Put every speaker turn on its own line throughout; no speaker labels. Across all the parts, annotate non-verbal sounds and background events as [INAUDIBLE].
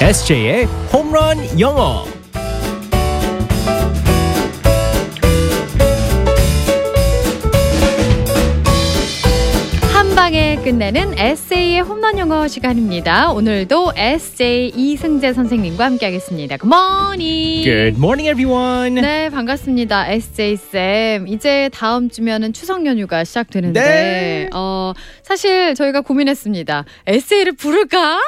SJ의 홈런 영어.
한 방에 끝내는 에세이의 홈런 영어 시간입니다. 오늘도 에세이 이승재 선생님과 함께하겠습니다. 굿모닝.
Good morning, everyone.
예. 네, 반갑습니다. SJ 쌤. 이제 다음 주면은 추석 연휴가 시작되는데
네.
어, 사실 저희가 고민했습니다. 에세이를 부를까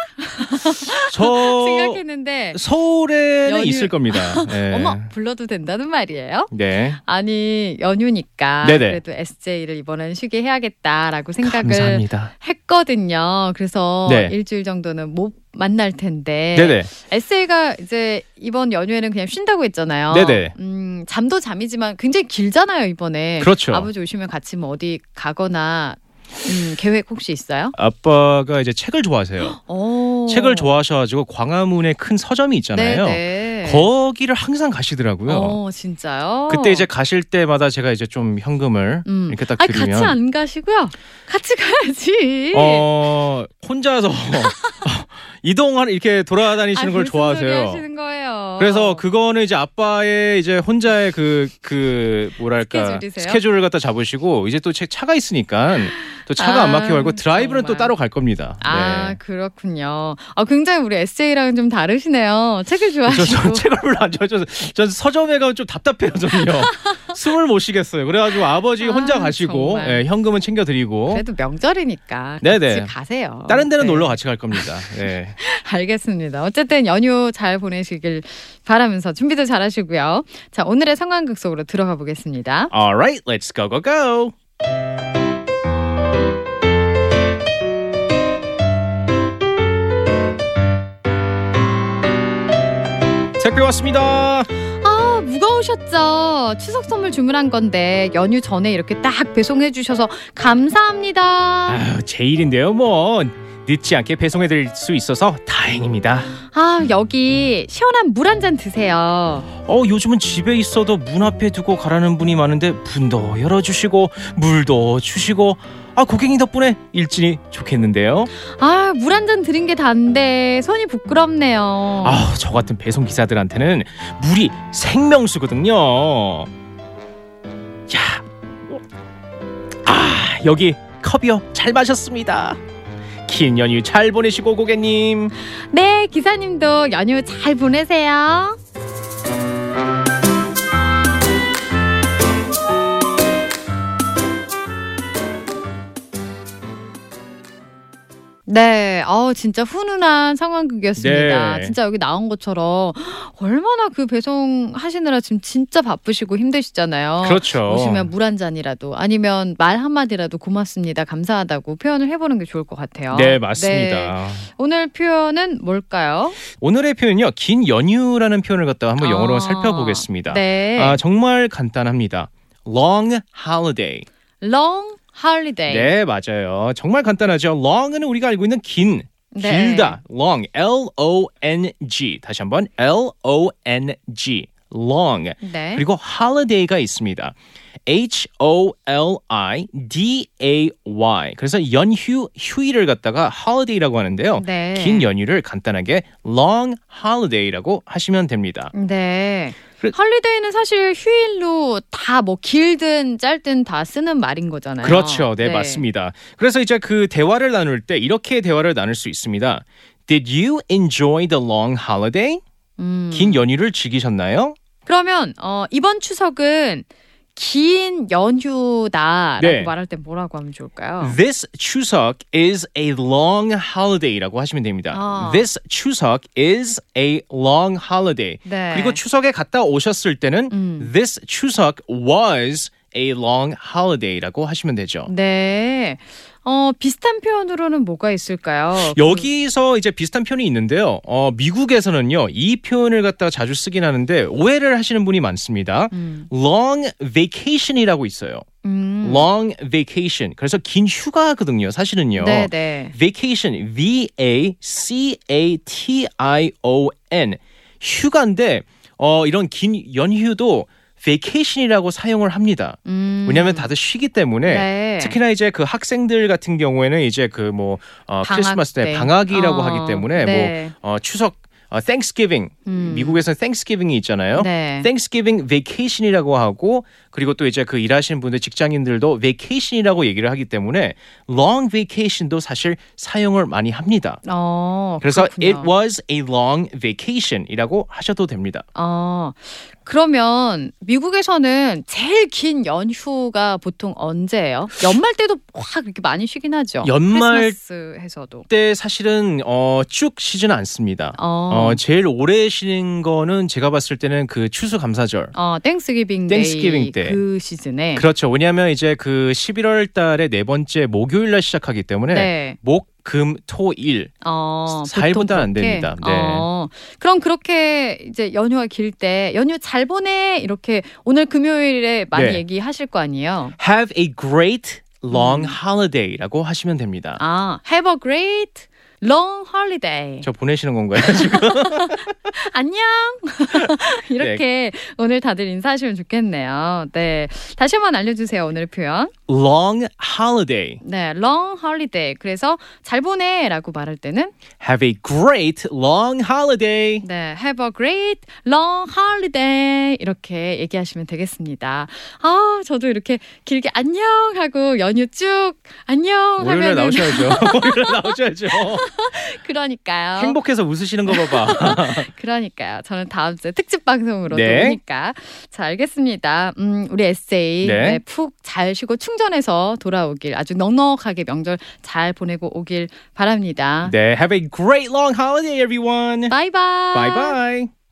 저
생각했는데
서울에는
연휴.
있을
[LAUGHS]
겁니다. 네.
어머, 불러도 된다는 말이에요?
네.
아니, 연휴니까
네네.
그래도 SJ를 이번엔 쉬게 해야겠다라고 생각을
감사합니다.
했거든요. 그래서
네.
일주일 정도는 못 만날 텐데
네네.
에세이가 이제 이번 연휴에는 그냥 쉰다고 했잖아요.
네네.
음, 잠도 잠이지만 굉장히 길잖아요 이번에.
그렇죠.
아버지 오시면 같이 뭐 어디 가거나 음, 계획 혹시 있어요?
아빠가 이제 책을 좋아하세요.
오.
책을 좋아하셔가지고 광화문에 큰 서점이 있잖아요.
어. 네네.
거기를 항상 가시더라고요.
어, 진짜요?
그때 이제 가실 때마다 제가 이제 좀 현금을
음.
이렇게 딱
아
드리면
같이 안 가시고요. 같이 가야지.
어
[LAUGHS]
혼자서 이동하는 이렇게 돌아다니시는
아,
걸
무슨 소리
좋아하세요.
하시는 거예요.
그래서 그거는 이제 아빠의 이제 혼자의 그, 그, 뭐랄까.
스케줄이세요?
을 갖다 잡으시고, 이제 또 차- 차가 있으니까 또 차가
아,
안 막히고 말고 드라이브는 또
정말.
따로 갈 겁니다.
아
네.
그렇군요. 아 굉장히 우리 에세이랑 좀 다르시네요. 책을
저,
좋아하시고.
저 책을 별로 안 좋아해서 전 서점에 가면 좀 답답해요
[LAUGHS]
저는요 숨을 못 쉬겠어요 그래가지고 아버지
아,
혼자 가시고
정말.
예, 현금은 챙겨드리고
그래도 명절이니까
뭐? 네네.
같이 가세요.
다른 데는
네.
놀러 같이 갈 겁니다 예.
알겠습니다. 어쨌든 연휴 잘 보내시길 바라면서 준비도 잘 하시고요. 자, 오늘의 상황극 속으로 들어가 보겠습니다.
Alright let's go go go 택배 왔습니다
아, 무거우셨죠? 추석 선물 주문한 건데 연휴 전에 이렇게 딱 배송해 주셔서 감사합니다.
아유, 제 일인데요, 뭐. 늦지 않게 배송해 드릴 수 있어서 다행입니다.
아, 여기 시원한 물 한 잔 드세요.
어, 요즘은 집에 있어도 문 앞에 두고 가라는 분이 많은데 문도 열어 주시고 물도 주시고 아, 고객님 덕분에 일진이 좋겠는데요.
아, 물 한 잔 드린 게 다인데 손이 부끄럽네요.
아, 저 같은 배송 기사들한테는 물이 생명수거든요. 야. 아, 여기 컵이요. 잘 마셨습니다. 긴 연휴 잘 보내시고 고객님.
네, 기사님도 연휴 잘 보내세요. 네, 어 진짜 훈훈한 상황극이었습니다.
네.
진짜 여기 나온 것처럼 얼마나 그 배송 하시느라 지금 진짜 바쁘시고 힘드시잖아요.
그렇죠.
어, 오시면 물 한 잔이라도 아니면 말 한마디라도 고맙습니다, 감사하다고 표현을 해보는 게 좋을 것 같아요.
네,
네.
맞습니다.
오늘 표현은 뭘까요?
오늘의 표현은요. 긴 연휴라는 표현을 갖다가 한번
아,
영어로 살펴보겠습니다.
네.
아, 정말 간단합니다. long holiday.
long holiday.
네, 맞아요. 정말 간단하죠. long은 우리가 알고 있는 긴,
네.
길다. long, L O N G. 다시 한번 L O N G. long.
네.
그리고 holiday가 있습니다. H O L I D A Y. 그래서 연휴 휴일을 갖다가 holiday라고 하는데요.
네.
긴 연휴를 간단하게 long holiday라고 하시면 됩니다.
네.
그래-
홀리데이는 사실 휴일로 다 뭐 길든 짧든 다 쓰는 말인 거잖아요.
그렇죠. 네, 맞습니다. 그래서 이제 그 대화를 나눌 때 이렇게 대화를 나눌 수 있습니다. Did you enjoy the long holiday?
음.
긴 연휴를 즐기셨나요?
그러면 어, 이번 추석은 긴 연휴다라고
네. 음.
말할 때 뭐라고 하면 좋을까요?
This 추석 is a long holiday라고 하시면 됩니다.
아.
This 추석 is a long holiday.
네.
그리고 추석에 갔다 오셨을 때는
음.
This 추석 was a long holiday라고 하시면 되죠.
네. 어, 비슷한 표현으로는 뭐가 있을까요?
여기서 이제 비슷한 표현이 있는데요. 어, 미국에서는요, 이 표현을 갖다가 자주 쓰긴 하는데, 오해를 하시는 분이 많습니다.
음.
long vacation이라고 있어요.
음.
long vacation. 그래서 긴 휴가거든요, 사실은요.
네, 네.
vacation, V-A-C-A-T-I-O-N. 휴가인데, 어, 이런 긴 연휴도 vacation이라고 사용을 합니다.
음.
왜냐하면 다들 쉬기 때문에
네.
특히나 이제 그 학생들 같은 경우에는 이제 그 뭐 어,
방학
크리스마스 때
때.
방학이라고
어,
하기 때문에
네.
뭐 어, 추석 어, Thanksgiving
음.
미국에서는 Thanksgiving이 있잖아요.
네.
Thanksgiving Vacation이라고 하고 그리고 또 이제 그 일하시는 분들 직장인들도 Vacation이라고 얘기를 하기 때문에 Long Vacation도 사실 사용을 많이 합니다.
어,
그래서
그렇군요.
It was a long vacation이라고 하셔도 됩니다.
어, 그러면 미국에서는 제일 긴 연휴가 보통 언제예요? 연말 때도 확 이렇게 많이 쉬긴 하죠.
연말-
크리스마스에서도.
그때 사실은 어, 쭉 쉬지는 않습니다.
어,
어, 제일 오래 쉬는 거는 제가 봤을 때는 그 추수감사절.
어, 땡스기빙
땡스기빙 때.
그 시즌에.
그렇죠. 왜냐하면 이제 그 11월 달에 네 번째 목요일 날 시작하기 때문에
네.
목, 금, 토, 일
어, 보통
4일보다 안
그렇게?
됩니다. 네.
어, 그럼 그렇게 이제 연휴가 길 때 연휴 잘 보내 이렇게 오늘 금요일에 많이
네.
얘기하실 거 아니에요.
Have a great long
음.
holiday라고 하시면 됩니다.
아, have a great long holiday.
저 보내시는 건가요? [LAUGHS]
안녕. [LAUGHS] 이렇게
네.
오늘 다들 인사하시면 좋겠네요. 네. 다시 한번 알려주세요. 오늘의 표현.
long holiday.
네. long holiday. 그래서 잘 보내라고 말할 때는
Have a great long holiday.
네, have a great long holiday 이렇게 얘기하시면 되겠습니다. 아, 저도 이렇게 길게 안녕하고 연휴 쭉
월요일에
안녕하면은
나오셔야죠. [LAUGHS] 월요일에 나오셔야죠.
[LAUGHS] 그러니까요.
행복해서 웃으시는 거 봐봐.
그러니까요. 저는 다음 주에 특집 방송으로
네.
또 오니까. 자, 알겠습니다. 음, 우리 에세이
네.
네, 푹잘 쉬고 충전해서 돌아오길 아주 넉넉하게 명절 잘 보내고 오길 바랍니다. 아. 네.
네, have a great long holiday, everyone.
바이바이.
Bye bye.